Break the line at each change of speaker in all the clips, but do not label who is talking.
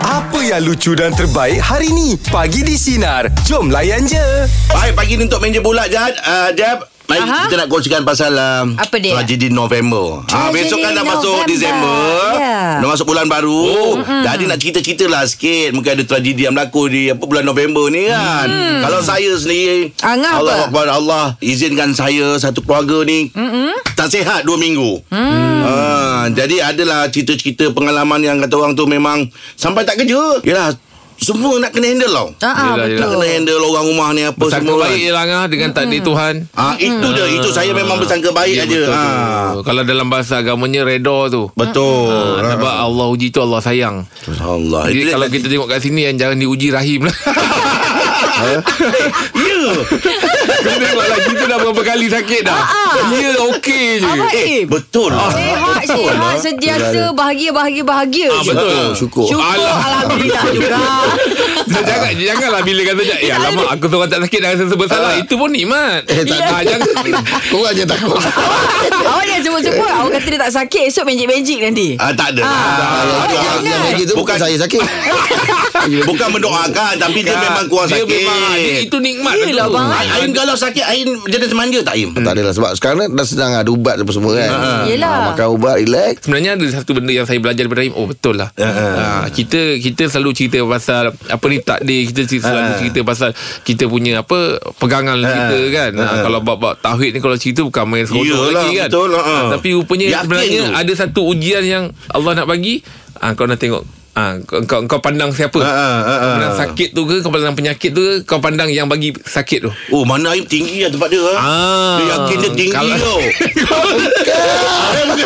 Apa yang lucu dan terbaik hari ni? Pagi di Sinar. Jom layan je.
Baik pagi ni untuk meja bola Jad uh, Jab Mari
Aha.
kita nak kongsikan pasal um,
Apa dia?
Tragedi November ha,
Tragedi
Besok kan dah masuk
November.
Disember
Ya.
Dah masuk bulan baru oh. Jadi nak cerita-cerita lah sikit Mungkin ada tragedi yang berlaku di apa bulan November ni kan Kalau saya sendiri
Hmm. Angah
Allah
apa?
Akbar Allah Izinkan saya satu keluarga ni mm Tak sihat dua minggu
Hmm.
mm. ha, Jadi adalah cerita-cerita pengalaman yang kata orang tu memang Sampai tak kerja Yelah semua nak kena handle tau Nak
Ah, ah,
Yelah,
betul.
kena handle orang rumah ni apa
Sangka
semua kan.
baik je lah Angah Dengan takdir Tuhan
Ah itu dia itu saya memang bersangka baik aja.
Ya, betul
Ha.
tu. Kalau dalam bahasa agamanya Redha tu
Betul.
Ah, Sebab Allah uji tu Allah sayang
Allah. Itu
Jadi
dia-
kalau kita tengok kat sini Yang jangan diuji rahim lah
ya.
Kau tengok lah Kita dah berapa kali sakit dah
Ah,
Ya okey je
Apa
Eh,
Im?
betul.
Ah.
Sehat, sehat, sentiasa, bahagia, bahagia, bahagia.
Ah, betul.
Syukur.
Syukur,
Alah.
Alhamdulillah juga.
Jangan janganlah bila kata Ya lama aku seorang tak sakit Dah rasa bersalah
Ah.
Itu pun nikmat
Eh, tak
Ah, jangan-
Korang je takut
Awak jangan sebut-sebut. Awak kata dia tak sakit, esok benjik-benjik nanti.
Ah, tak ada.
Kalau dia
jangan.
yang bagi tu bukan
Bukan-
saya sakit
Bukan mendoakan tapi dia memang kurang
Ah, Dia
sakit.
memang ah, dia, Itu nikmat
Yelah,
tu.
bang.
Ai- Ain kalau sakit Ain jenis manja tak Ain?
Tak adalah sebab sekarang dah sedang ada ubat apa semua kan
Yelah.
Ah, Makan ubat relax
Sebenarnya ada satu benda yang saya belajar daripada Rahim. Oh betul lah.
Ya,
Ha, kita kita selalu cerita pasal apa ni takdir, kita cerita-
Ya,
selalu cerita pasal kita punya apa pegangan kita kan.
Ya,
Ha, kalau bab-bab tauhid ni kalau cerita bukan main seronok
Yelah,
lagi kan.
betul lah.
Ah, tapi rupanya
Yakin
sebenarnya
tu.
ada satu ujian yang Allah nak bagi. Ha, kau nak tengok ha, kau, kau kau pandang siapa?
Ha, ha, ha, ha.
Kau pandang sakit tu ke kau pandang penyakit tu ke kau pandang yang bagi sakit tu.
Oh, mana Ain tinggi lah tempat dia. ha?
Ah.
Dia yakin dia tinggi
Kalau-
tau.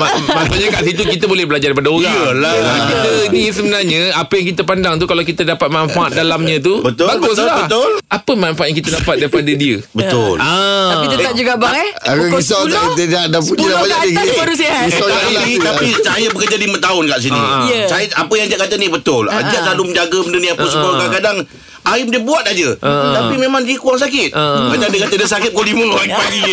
Ma- Maksudnya kat situ kita boleh belajar daripada orang.
Iyalah.
Ah, Kita ni sebenarnya apa yang kita pandang tu kalau kita dapat manfaat dalamnya tu
Eh. Betul,
bagus
betul,
lah.
betul.
Apa manfaat yang kita dapat daripada dia?
Betul.
Ah.
Tapi tetap juga bang eh.
Aku
Pukul
risau tak
10,
dia dah dah puji
10
dah
ke
banyak
atas
tinggi.
baru sihat.
Risau
Eh, Tapi,
jangan
tapi,
lah.
tapi saya bekerja 5 tahun kat sini.
Ah,
ah. Ya.
Saya apa yang Jack kata ni betul. Uh, Jack selalu menjaga benda ni apa semua kadang-kadang Aim dia buat aja Tapi memang dia kurang sakit
Ah.
Macam dia kata dia sakit Pukul 5 pagi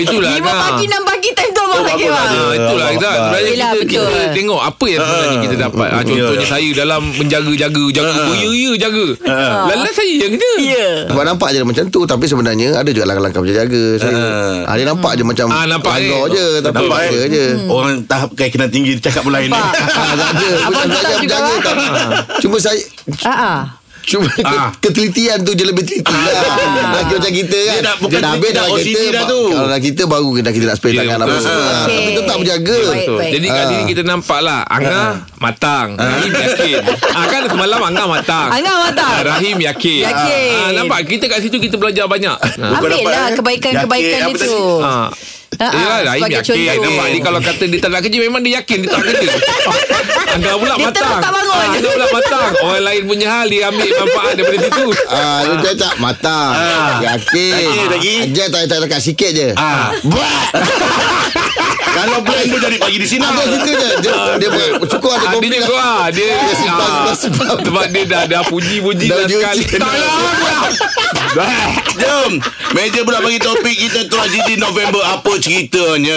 Itulah
5
dah.
pagi, 6 pagi time tu abang
Oh, bagus
sakit bang.
lah
Ah, itulah Izzat. Sebenarnya
Yelah,
kita, kita
betul.
tengok apa yang sebenarnya
Ah.
kita dapat. Ah, contohnya
Ya.
saya dalam menjaga-jaga, jaga beria-ria jaga.
Ah.
Lalas saya yang kerja.
Ya.
sebab nampak je dia macam tu Tapi sebenarnya Ada juga langkah-langkah berjaga saya. Ah, Dia nampak je macam
Ah, nampak ni.
langgar je Tapi
Nampak,
nampak Hmm.
eh?
je
Orang tahap kainan tinggi Dia cakap lain
Nampak.
Ah, tak ada.
Abang
Macam
tu
tak
tak juga
berjaga
eh.
tak. Cuma saya
Ah, ah.
Cuma ke-
Ah.
ketelitian tu je lebih teliti lah. Laki macam kita kan.
Dia dah bukan teliti, dah
dalam
OCD dah tu.
Kalau dah kita baru dah kita nak spray
Ya,
tangan apa
betul.
semua.
Okey.
Tapi tetap berjaga.
Baik,
Betul.
baik.
Jadi kat
Ah.
sini kita nampak lah Angah matang Rahim yakin ah, Kan semalam Angah matang
Angah matang.
Ah, Rahim yakin
Yakin.
ah, Nampak kita kat situ kita belajar banyak ah.
Bukan
Ambil
dapat,
lah
eh.
kebaikan-kebaikan
Yakin, apa
itu.
Ah.
Ah,
Yelah
ah,
Rahim
sebagai
yakin
contoh.
Nampak dia kalau kata dia tak nak kerja Memang dia yakin dia tak kerja Angah pula
Dia
matang
terus tak bangun.
Ah, Angah pula matang Orang lain punya hal Dia ambil manfaat daripada situ
Ah, dia cakap tak matang. Yakin.
Yakin lagi.
Ajar tak tak dekat sikit je.
Ah.
Buat.
Kalau plan tu jadi pagi di sini
Ada situ je. Dia dia buat- cukup
Ah,
ada lah.
dia
komplain.
juga ah, Dia
Dia simpan,
ah,
dia simpan.
Sebab dia dah Dah puji-puji
Dah
dah
uji-uji.
sekali Tak lah Angah.
Jom Meja pula bagi topik kita Tragedi November Apa ceritanya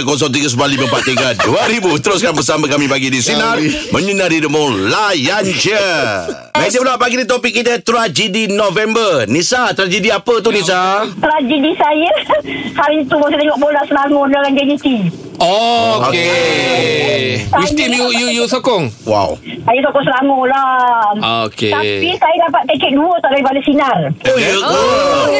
0395432000 Teruskan bersama kami Pagi di Sinar Menyinari Demo Layan je Meja pula bagi di topik kita Tragedi November Nisa Tragedi apa tu Nisa
tragedi saya hari tu masa tengok bola Selangor dengan JDT.
Oh, okay. You still you you you sokong.
Wow
Saya sokong Selangor lah.
Okay.
Tapi saya dapat tiket dua tak daripada sinar. Ah,
Oh ya ke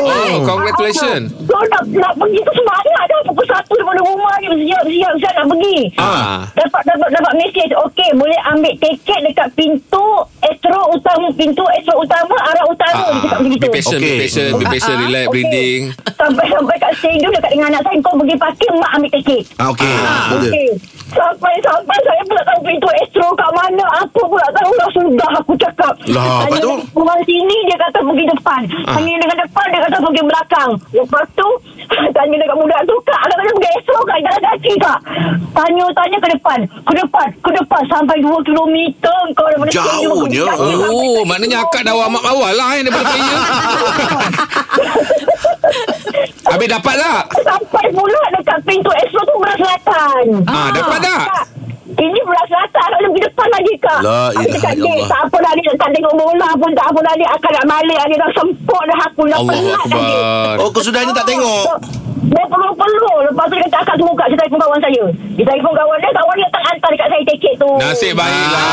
Oh, congratulations.
So nak, nak pergi tu semangat dah pukul satu daripada rumah je siap-siap siap nak pergi.
Ah.
Dapat dapat dapat mesej okey boleh ambil tiket dekat pintu Astro utama pintu Astro utama arah utara
Ah,
dia
ah,
cakap macam
be
gitu.
patient, be
Okey.
patient, be patient, relax,
Okey.
breathing.
Sampai sampai kat stadium dekat dengan anak saya kau pergi parking mak ambil tiket.
Ah, okay.
Ah, okey. Sampai-sampai saya pula tahu pintu Astro kat mana. Apa pula tahu dah sudah aku cakap.
Lah, lepas
Tanya
tu?
Orang sini dia kata pergi depan.
Ah.
Tanya dengan depan dia kata pergi belakang. Lepas tu tanya dekat budak tu kak kata dia pergi Astro kak jalan kaki kak. Tanya-tanya ke depan. Ke depan. Ke depan sampai 2 km kau daripada stadium.
Jauhnya.
Sampai-
Oh, maknanya akak dah warm up awal lah eh, daripada player. Habis dapat tak?
Sampai pula dekat pintu Astro tu berselatan.
Ah, dapat tak?
Tak. Ini belah selatan Nak pergi depan lagi kak
La
Aku
ilaha
cakap, "Dek,
illallah."
Tak apa dah ni Tak tengok bola pun Tak apa dah ni Akan nak balik Dia dah sempur dah aku Dah
Allahu
penat dah ni
Akbar.
Oh, kesudahnya tak tengok.
dia perlu-perlu Lepas tu dia kata Akak tunggu kak Saya telefon kawan saya Dia telefon kawan dia Kawan dia tak hantar Dekat saya tiket tu
Nasib baiklah.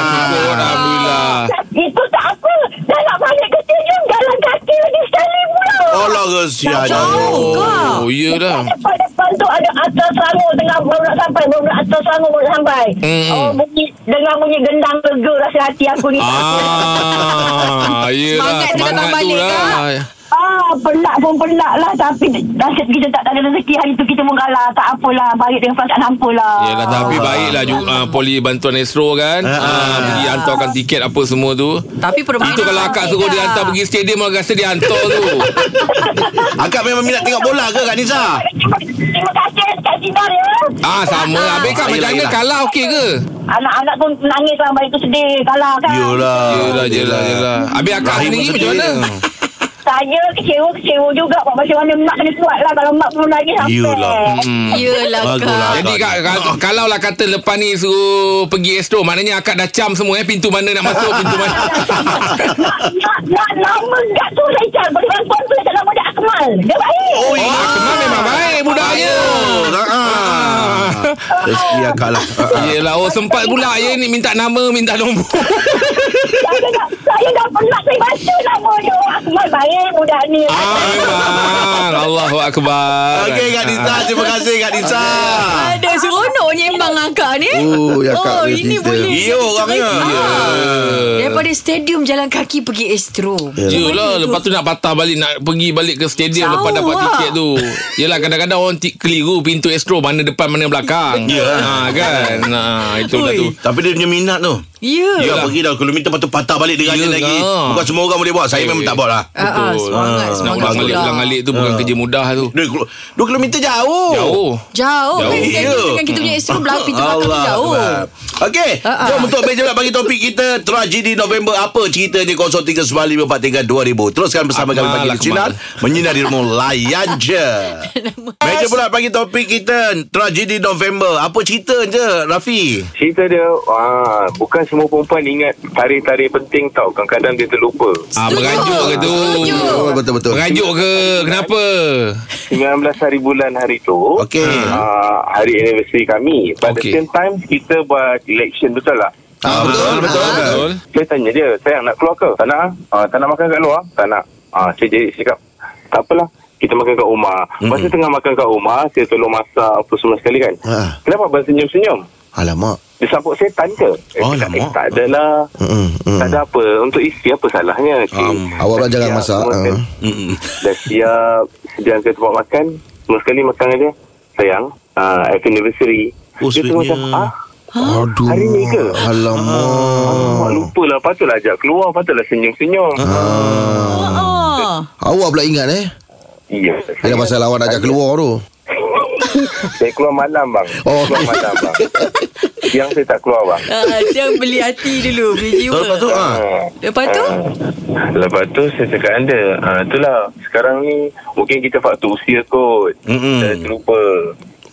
Syukur Alhamdulillah.
Itu tak apa Dah nak balik kerja Jom jalan kaki lagi sekali pula
Allah kesian.
Jauh kau.
Oh, ya dah.
Depan-depan tu ada atas Selangor Tengah baru nak sampai Baru nak atas Selangor Baru nak sampai
Hmm.
Oh bunyi Dengar bunyi gendang lega Rasa hati aku ni
Ah, ya lah.
Semangat tu datang
Semangat tu
balik,
lah.
Ah, pelak pun pelak lah Tapi nasib kita tak ada rezeki Hari tu kita pun kalah Tak apalah Balik dengan perasaan hampa lah
Yelah Ya tapi baiklah juga uh, Poli bantuan Astro kan uh, Pergi hantarkan tiket apa semua tu
Tapi permainan
Itu kalau akak
lah.
suruh dia hantar pergi stadium Orang rasa dia hantar tu
Akak memang minat tengok bola ke Kak Nisa?
Terima, terima kasih Kak Sinar ya
Ah sama Habis kak macam mana
Yelah, yelah.
kalah okey ke
Anak-anak pun nangis lah Balik tu sedih Kalah kan
Yelah.
Ah, Yelah yelah yelah Habis akak
Rahim
sendiri
pun
macam mana
sedih.
Saya kecewa-kecewa juga Buat macam mana Mak kena kuat lah Kalau mak belum lagi sampai
Yelah.
hmm.
Yelah
Baguslah.
kak
Jadi kak, kak, kalau lah kata lepas ni suruh pergi Astro Maknanya akak dah cam semua eh Pintu mana nak masuk Pintu mana
Nak, nak, nak nama Gak tu Richard Berikan pun tu Nama dia Akmal Dia baik Ah,
Oh,
Oh Akmal memang baik budaknya
Ah. Rezeki akak lah. Ah.
Yelah oh sempat pula ya ni Minta nama minta nombor
saya, dah, saya dah penat Saya baca nama dia Oh, Akmal baik Budak ni
Amin. Ah, Allahu akbar.
Okey Kak Nisa, terima kasih Kak Nisa.
Ada seronoknya Memang akak ni
Oh, ya, Kak,
Oh
punya
ini
cerita.
boleh
Ya orangnya.
Ah, Daripada stadium Jalan kaki pergi Astro
Ya. Yelah Lepas tu nak patah balik Nak pergi balik ke stadium
Jauh
Lepas dapat
lah.
tiket tu Yelah kadang-kadang orang ti- keliru Pintu Astro Mana depan mana belakang Ya ha, kan ha, Itulah
Ui.
tu
Tapi dia punya minat tu.
Ya
Dia pergi dah kilometer lepas tu patah balik dia rajin
Yelah.
lagi. Bukan semua orang boleh buat. Saya
Eh.
memang tak buat lah.
Ah, ah, Semangat
Ah,
Nak
Semangat
ulang
bagus.
alik
pula.
Ulang alik tu
Ah.
Bukan kerja mudah tu
Oh.
Dua, kilo- dua kilometer jauh.
Jauh
Jauh kan
Jauh.
Stadium
Ya.
dengan kita punya Astro Belakang pintu belakang tu jauh Ah,
Akbar. Okey,
Ha-ha.
jom untuk meja pula bagi topik kita tragedi November apa ceritanya 0395432000. Teruskan bersama kami
Akmal,
pagi di
Akmal.
Sinar menyinari rumah layan je. Meja pula bagi topik kita tragedi November. Apa cerita je Rafi?
Cerita dia ah, Bukan semua perempuan ingat Tarikh-tarikh penting tau Kadang-kadang dia terlupa
Ah, merajuk ke tu
Setuju.
Oh, betul betul.
Merajuk ke Kenapa
19 hari bulan hari tu
Okey.
ah, Hari anniversary kami Pada
Okey.
okay. same time Kita buat election betul lah
Ah, betul betul.
Betul
Saya tanya dia Sayang nak keluar ke? Tak nak ah? ah, Tak nak makan kat luar? Tak nak ah, Saya jadi saya cakap Tak apalah kita makan kat rumah Masa tengah makan kat rumah Saya tolong masak Apa semua sekali kan
Ah.
Ha.
Kenapa abang senyum-senyum
Alamak.
Dia sambut setan ke eh,
Oh,
tak, eh,
lama.
tak adalah
Mm-mm, mm.
Tak ada apa Untuk isteri apa salahnya Cik?
Um,
awak
Dah
belajar
siap,
masak,
semua
ah.
sekali-
Mm-mm.
Dah siap Sediakan tempat makan Semua sekali makan dengan dia Sayang uh, Happy anniversary
Oh,
Dia tu
sweetnya.
macam ah,
Aduh.
Hari ni ke? Mak
Alamak.
lupa lah Patutlah ajak keluar Patutlah senyum-senyum
Ah.
Awak pula ingat eh?
Ya
Bila pasal awak nak ajak keluar tu.
Saya keluar malam bang
Oh.
Keluar malam bang Siang saya tak keluar bang
Ah, Siang beli hati dulu Beli jiwa
Lepas tu ah.
Ah.
Lepas tu
Lepas tu saya cakap anda ha, Itulah Sekarang ni Mungkin kita faktor usia kot
Mm-mm.
Saya terlupa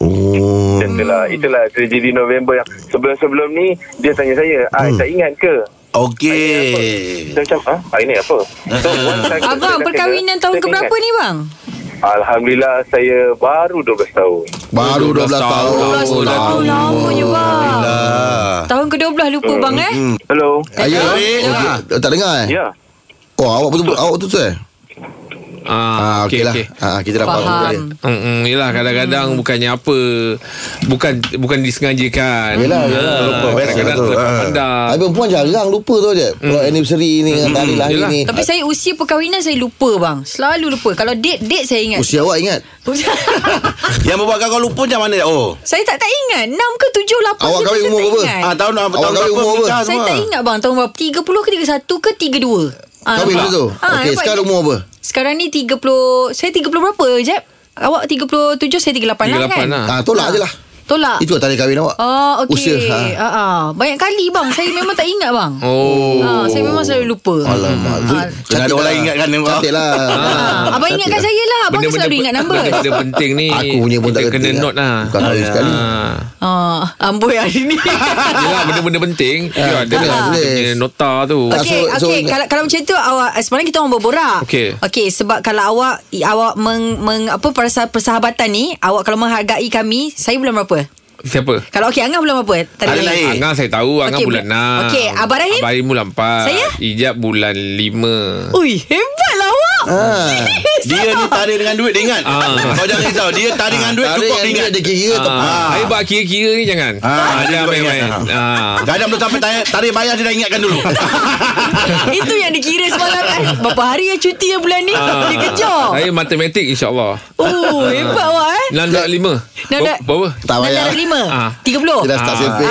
Oh.
Macam tu lah Itulah terjadi November yang Sebelum-sebelum ni Dia tanya saya ah, Tak ingat ke
Okey.
Saya macam ha? ah, Ini apa so, once I- saya dah
Abang
kena,
perkahwinan
saya
tahun
ingat.
ke berapa ni bang?
Alhamdulillah Saya baru 12 tahun
Baru 12
12
tahun.
tahun.
Oh,
Oh,
oh, lamanya bang
Ah.
Tahun ke-12 lupa bang eh
Hmm.
Hello
Ayah.
Hello?
Oh, dia- tak dengar eh?
Ya yeah.
Oh, awak betul awak betul eh?
Ah,
Ah,
okey
okey lah.
okey.
Ah, kita dapat
Faham
dia.
Mm-mm, yelah kadang-kadang
Hmm.
bukannya apa Bukan bukan disengajakan
Yelah,
Ya,
yelah, lupa.
kan
Kadang-kadang
Betul.
terlepas
Ah.
pandang
Tapi perempuan jarang lupa tu je. Kalau anniversary ni dengan hari lahir
Yelah.
ni.
Hmm. Eh, Tapi saya usia perkahwinan saya lupa bang Selalu lupa Kalau date date saya ingat
Usia awak ingat?
Yang membuatkan kau lupa macam mana? Oh.
Saya tak tak ingat 6 ke 7 8
Awak kahwin umur berapa?
Ah tahun tahun
Awak kahwin
berapa
umur
nikah
berapa?
Saya
semua?
tak ingat bang Tahun berapa 30 ke 31 ke 32 Ah,
Kahwin
nampak?
dulu tu.
Ah,
Okey,
nampak
sekarang
ni?
umur apa?
Sekarang ni 30 Saya 30 berapa Jeb? Awak 37 Saya 38, lah kan
38 lah.
Ah, tolak je lah.
Tolak.
Itu tadi kahwin awak.
Oh, okey.
Usia. Ha.
Ha. ah. Banyak kali bang. Saya memang tak ingat bang.
Oh.
Ah, saya memang selalu lupa.
Alamak. Tu
Ah.
ada
cantik
orang
lah.
ingatkan dia, awak.
Cantik lah.
Ah, abang
Cantik
ingatkan
lah.
saya lah. Abang kan selalu ingat number.
Benda-benda penting ni
Aku punya pun
kita
tak
kena
kena
note lah
Bukan kahwin sekali.
Ah.
Ah, amboi hari ni.
Yelah benda-benda penting Ya, ada
boleh,
lah
Ah, boleh.
punya nota tu
Tak,
Okey,
so- so-
okey. Kalau kalau macam tu awak eh, semalam kita orang berborak.
Okey.
Okey, sebab kalau awak i- awak meng, meng apa persa- persahabatan ni, awak kalau menghargai kami, saya bulan berapa?
Siapa?
Kalau okey Angah bulan berapa? Tadi
Hari
lahir.
lahir.
Angang saya tahu Angang
Okey,
bulan
bu-
6
okey, Abang Rahim?
Abang Rahim bulan 4
Saya? Oh,
Ijab bulan 5
Ui, hebatlah awak.
Ah.
Dia ni tarik dengan duit dia ingat.
Ah.
Kau jangan risau. Dia tarik dengan duit
Ah, Tarik
cukup
yang
dia ingat.
Dia kira
Ah,
tepat.
Saya buat kira-kira ni jangan
Ah, dia
Jangan
juga
main-main
ingat.
Ah.
Kadang belum sampai tarik, tarik bayar dia dah ingatkan dulu.
Itu yang dikira semalam kan. Berapa hari yang cuti yang bulan ni?
Ah.
Dia kejar.
Saya matematik insyaAllah
Oh, hebat awak eh.
6.5
Nak- nak-
Berapa?
Tak
Dan
payah.
dah lima.
Ah.
Tiga puluh.
Kita dah start survey.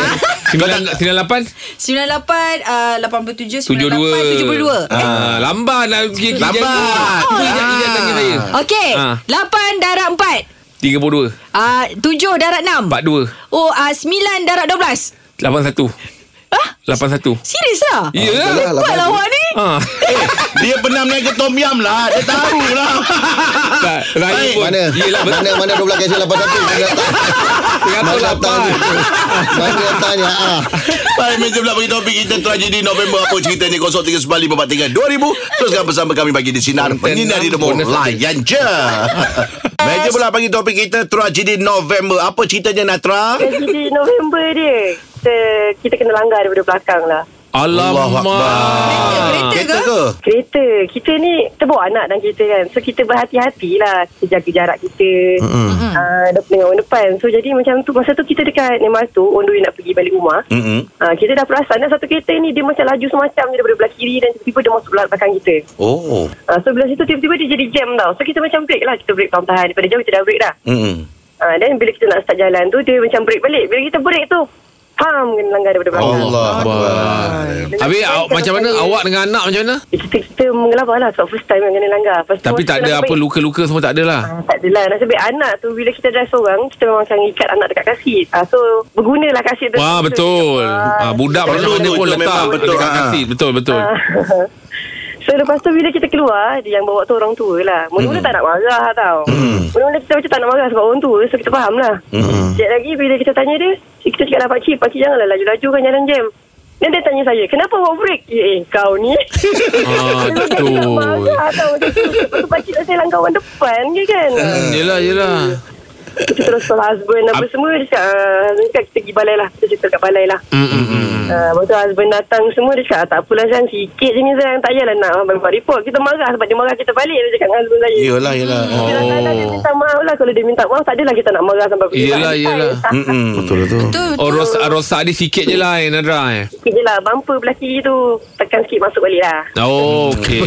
9, 98
98, ah, 87,
72
98, 72.
ah, Lambat nak kira-kira
Lambat.
Oh,
Itu ijab ijab tanya saya
Okey,
Ah.
8 darab 4.
32
Ah, 7 darab 6.
42
Oh, ah, 9 darab 12.
81
Hah?
81
Ah, Serius lah?
Ya
Itulah,
Hebat lah awak ni.
Ah,
eh, dia pernah meniaga tom yam lah. Dia tahu lah.
tak, Raya
Baik.
pun
Mana?
Yelah betul
Mana mana 12 kasi
108
81. Mana tanya? Mana tanya? Ah.
Baik, meja pula bagi topik kita tragedi November apa ceritanya 0395432000. Teruskan bersama kami bagi di sinar
Konten
menyinari
enam,
demo
bonus
layan je. Meja pula bagi topik kita tragedi November. Apa ceritanya Natra?
Jadi November dia kita, kita kena langgar daripada belakang lah
Alamak
Kereta
Kereta
ke?
ke?
Kereta Kita ni Kita bawa anak dan kita kan So kita berhati-hati lah Kita jaga jarak kita mm-hmm. uh, Dengan orang depan So jadi macam tu Masa tu kita dekat Nemas tu On the way nak pergi balik rumah
Mm-mm.
uh, Kita dah perasan dah Satu kereta ni Dia macam laju semacam je Daripada belah kiri Dan tiba-tiba dia masuk belah belakang kita
Oh.
uh, So belah situ tiba-tiba dia jadi jam tau So kita macam break lah Kita break tahan-tahan Daripada jauh kita dah break dah
Mm-mm.
uh, Dan bila kita nak start jalan tu Dia macam break balik Bila kita break tu Pam kena langgar daripada belakang
Allah.
Habis awak, macam mana Awak dengan anak macam mana
Eh, kita kita mengelabah lah sebab first time yang kena langgar. Lepas tu
Tapi
masa
tak
tu
ada
nasib
apa
baik-
Luka-luka semua tak ada lah
Ah, tak adalah nasib baik anak tu bila kita drive seorang kita memang akan ikat anak dekat kasih. Ah, so bergunalah kasih tu.
Wah betul ah, Budak
Perlu
macam mana
tu,
pun
tu
letak
memang betul,
Dekat
ah.
kasih Betul betul
So lepas tu bila kita keluar dia Yang bawa tu orang tua lah Mula-mula tak nak marah tau Mula-mula kita macam tak nak marah Sebab orang tua So kita faham lah Sekejap lagi bila kita tanya dia Kita cakap lah pakcik Pakcik janganlah laju-laju kan jalan jam dan dia tanya saya Kenapa awak break Eh eh, kau ni
Ah,
Dia tak
betul.
marah tau Macam tu Lepas tu pakcik nak selang kawan lah, depan je kan
Yelah yelah
Kita terus call husband Apa semua Dia cakap ah, Dia cakap kita pergi balai lah Kita cerita kat balai lah
Mm-mm.
Ah, Lepas tu husband datang semua Dia cakap ah, tak apalah Zan Sikit je ni Zan Tak payahlah nak abang buat report Kita marah Sebab dia marah kita balik Dia cakap dengan husband saya
Yelah, yelah.
Dia
Oh.
kadang-kadang dia minta maaf lah Kalau dia minta maaf Tak adalah kita nak marah Sampai pergi
Yelah, yelah.
Mm-mm.
Betul tu.
Betul.
Oh ros rosak dia sikit je lah eh, Nadra eh.
Sikit je lah Bumper belah kiri tu Tekan sikit masuk balik lah
Oh, okey.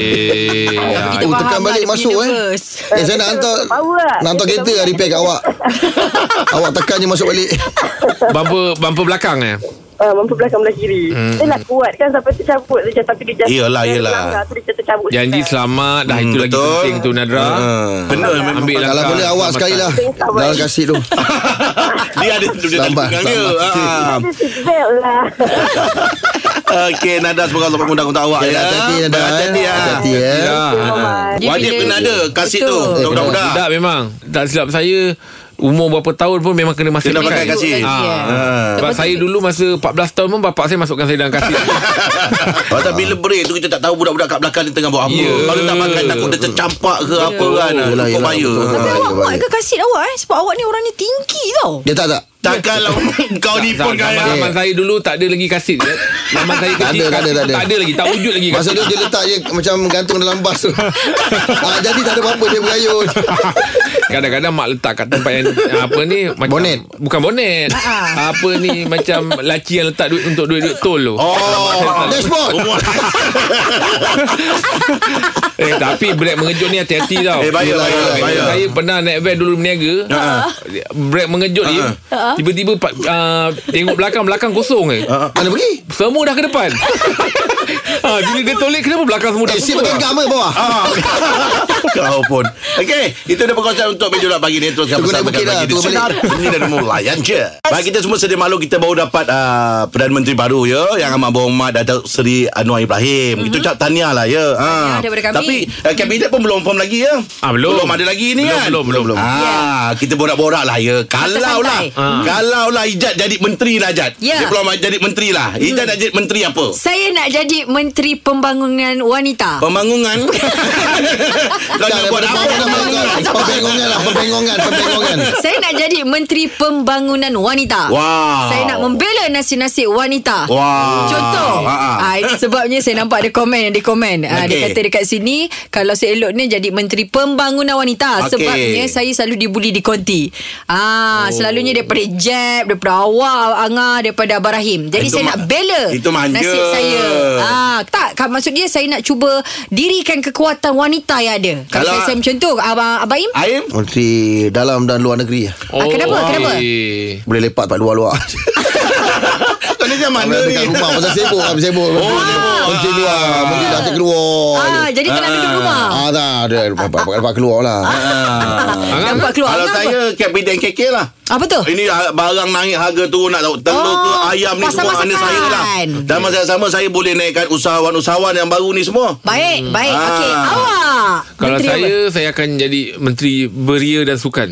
Tapi
Ah,
kita
Oh,
faham
tekan
lah
balik
dia punya
masuk, eh.
nervous.
Eh, saya nak hantar
Power lah.
Nak hantar kereta lah repair kat awak Awak tekan je masuk balik
Bumper bumper belakang eh.
uh, Bumper belakang belah kiri Dia nak kuat kan Sampai tercabut Dia macam- tapi dia jatuh
Yelah,
Dia
yelah.
langgar tu, Dia tercabut
Janji
sikit.
selamat dah
Hmm,
itu lagi
betul.
penting tu Nadra.
Ah. Benar memang.
Ambil langkah.
Kalau boleh awak sekali lah
Selamat.
Dalam kasih tu
dia ada dia ada
Selamat,
pegang dia.
selamat.
Ah.
Dia seatbelt lah
Okey Nada semoga Allah mengundang-undang awak
Ya,
ya.
Hati-hati Nada
Hati-hati ya.
Hati-hati ya
Ya.
Dia
Wajib
bila-
kena ada kasih tu
Betul.
Undang-undang
Budak memang Tak silap saya Umur berapa tahun pun Memang kena masuk
Kena pakai kasih.
Ah.
Ah.
Sebab saya dulu masa 14 tahun pun Bapak saya masukkan saya dalam kasih
Pasal bila break tu kita tak tahu budak-budak kat belakang ni tengah buat apa.
Ya.
Kalau tak makan takut dia tercampak ke apa kan.
Yelah,
Kau
yelah,
bahaya.
betul.
Tapi
Ah,
awak
dia
kuat
balik.
ke kasih awak eh? Sebab awak ni orangnya tinggi tau.
Dia tak tak
Takkanlah kau ni pun
Zaman,
kaya.
zaman saya dulu Tak ada lagi kasih Zaman saya
Tak
kecil
ada,
kasih
tak ada, tak
tu
ada.
Tak ada lagi Tak wujud lagi
Masa
kasih.
tu dia letak je Macam gantung dalam bas tu ah, Jadi tak ada apa-apa Dia berayun
Kadang-kadang mak letak kat tempat yang apa ni macam
Bonet.
bukan bonet. apa ni macam laci yang letak duit untuk duit-duit tol tu.
Oh.
Dashboard
Eh tapi brek mengejut ni hati-hati tau.
Eh bahaya
Yelah,
bahaya
yelah,
bahaya.
Saya pernah naik van dulu berniaga Brek mengejut ni Tiba-tiba pa- ah, Tengok belakang Belakang kosong eh
Mana pergi
Semua dah ke depan ha, Bila dia toilet Kenapa belakang semua dah
Eh, sip
tutup
pakai agama bawah.
Ah, kau pun Okey Itu dia perkongsian untuk meja bulat pagi ni Teruskan
Tunggu
bersama
naik bukit
kami
dah,
pagi di
tunggu
Sinar Ini dari mulai je Baik kita semua sedia malu Kita baru dapat uh, Perdana Menteri baru ya Yang amat berhormat Datuk Seri Anwar Ibrahim
Mhm.
Kita ucap tahniah lah ya ha.
daripada kami.
Tapi uh, kabinet pun belum form lagi ya
Ah, belum.
Belum ada lagi ni
Belum,
kan
belum, belum.
Ah, Kita borak-borak lah ya Kalau lah
santai.
Ah.
Kalau lah Ijat jadi menteri lah Ijat
Ya.
Dia belum jadi menteri lah Ijat
Hmm.
nak jadi menteri apa?
Saya nak jadi Menteri Pembangunan
Oh.
Wanita.
Pembangunan Kau nak buat apa
Sabar, sabar,
Pembengongan,
sabar.
pembengongan lah, pembengongan, pembengongan.
Saya nak jadi Menteri Pembangunan Wanita.
Wow.
Saya nak membela nasib-nasib wanita.
Wow.
Contoh.
Ha, ha.
Ah, ini sebabnya saya nampak ada komen yang dia komen. Ah,
Okey.
dia kata dekat sini kalau seeloknya jadi Menteri Pembangunan Wanita
Okey.
sebabnya saya selalu dibuli di konti.
Oh.
Ah, selalunya daripada Jeb, daripada awak, Angah, daripada Abah Rahim. Jadi
Itu
saya
ma-
nak bela
itu manja.
nasib saya. Ah, tak, ka- maksud dia saya nak cuba dirikan kekuatan wanita yang ada. Kalau,
Kalau-
saya, saya macam tu, Abang Abaim
Aim
Menteri dalam dan luar negeri.
Ah, kenapa? Kenapa?
Oh, okey.
Boleh lepak kat luar-luar.
Kau ni macam mana ni
Dekat rumah pasal sibuk, habis sibuk. Oh,
sibuk.
Menteri luar, menteri dah terkeluar.
Oh.
Ah, jadi tengah duduk rumah. ah.
Ah, dah, dah dapat dapat keluar lah.
Angah,
Nampak keluar.
Ah. Kalau
Angah
saya Kapiten KK lah
Apa tu?
Ini ah, barang naik harga tu Nak tahu telur ke
Oh,
ayam ni Semua
pasal
mana
masakan.
saya lah Dan masa yang sama Saya boleh naikkan usahawan-usahawan Yang baru ni semua
Baik, baik.
Ah.
Okey, awak.
Kalau
Menteri
saya Saya akan jadi Menteri Beria dan Sukan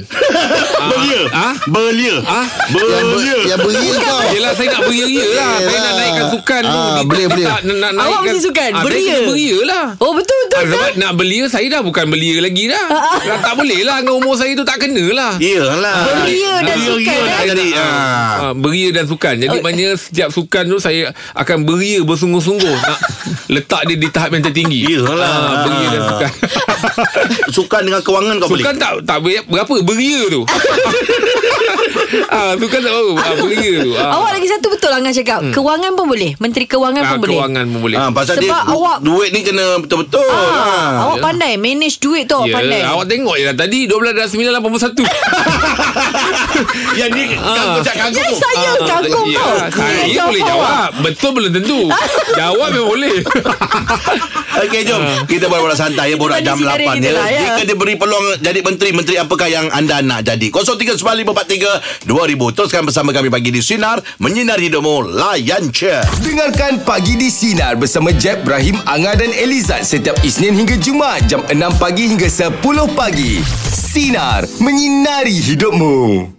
Belia
Ah?
Belia
Ah?
Yang ber-
Belia
Yang beria kau.
Yelah saya nak beria-ria lah Saya nak naikkan sukan tu.
Ah, belia, belia.
Tak, nak- nak
Awak
naikkan-
mesti sukan,
Ah, saya
beria.
kena beria lah
apa? Oh, betul betul.
Ah,
betul.
sebab nak belia Saya dah bukan belia lagi dah Dah Tak boleh lah Dengan umur saya tu tak kena lah
Ya. Iyalah
Belia dan sukan,
Belia nak
eh?
jadi ah.
Ah, beria dan sukan Jadi
Oh.
maknanya Setiap sukan tu Saya akan beria bersungguh-sungguh Nak letak dia di tahap yang tertinggi
Iyalah.
Ah, Beria dan sukan
Sukan dengan kewangan kau boleh
Sukan tak tak ber- berapa beria tu. ah sukan tak berapa ah, beria tu. Ah. Hmm.
Awak lagi satu betul Angah cakap. Kewangan pun boleh. Menteri kewangan
ah,
pun boleh.
kewangan pun boleh.
Ah, pasal dia
Sebab awak-
duit ni kena betul-betul.
Ah,
Ah.
awak pandai manage duit tu awak
Ya,
pandai.
awak tengok je lah tadi 12.9.81
Ah. Yang ni
Ah.
kagum cak kagum.
Ya, saya kagum
Ya,
tau.
saya boleh jawab Betul belum tentu Jawab memang boleh
Okey jom
Ah.
Kita borak-borak santai ya Borak
Kita
jam
mandi sendiri
8
kita
ya.
lah, ya.
Jika diberi peluang Jadi menteri Menteri apakah yang anda nak jadi 0395432000 Teruskan bersama kami Pagi di Sinar Menyinari hidupmu Layan cer
Dengarkan Pagi di Sinar bersama Jeb, Ibrahim, Anga dan Elizad setiap Isnin hingga Jumaat jam 6 pagi hingga 10 pagi. Sinar. Menyinari hidupmu.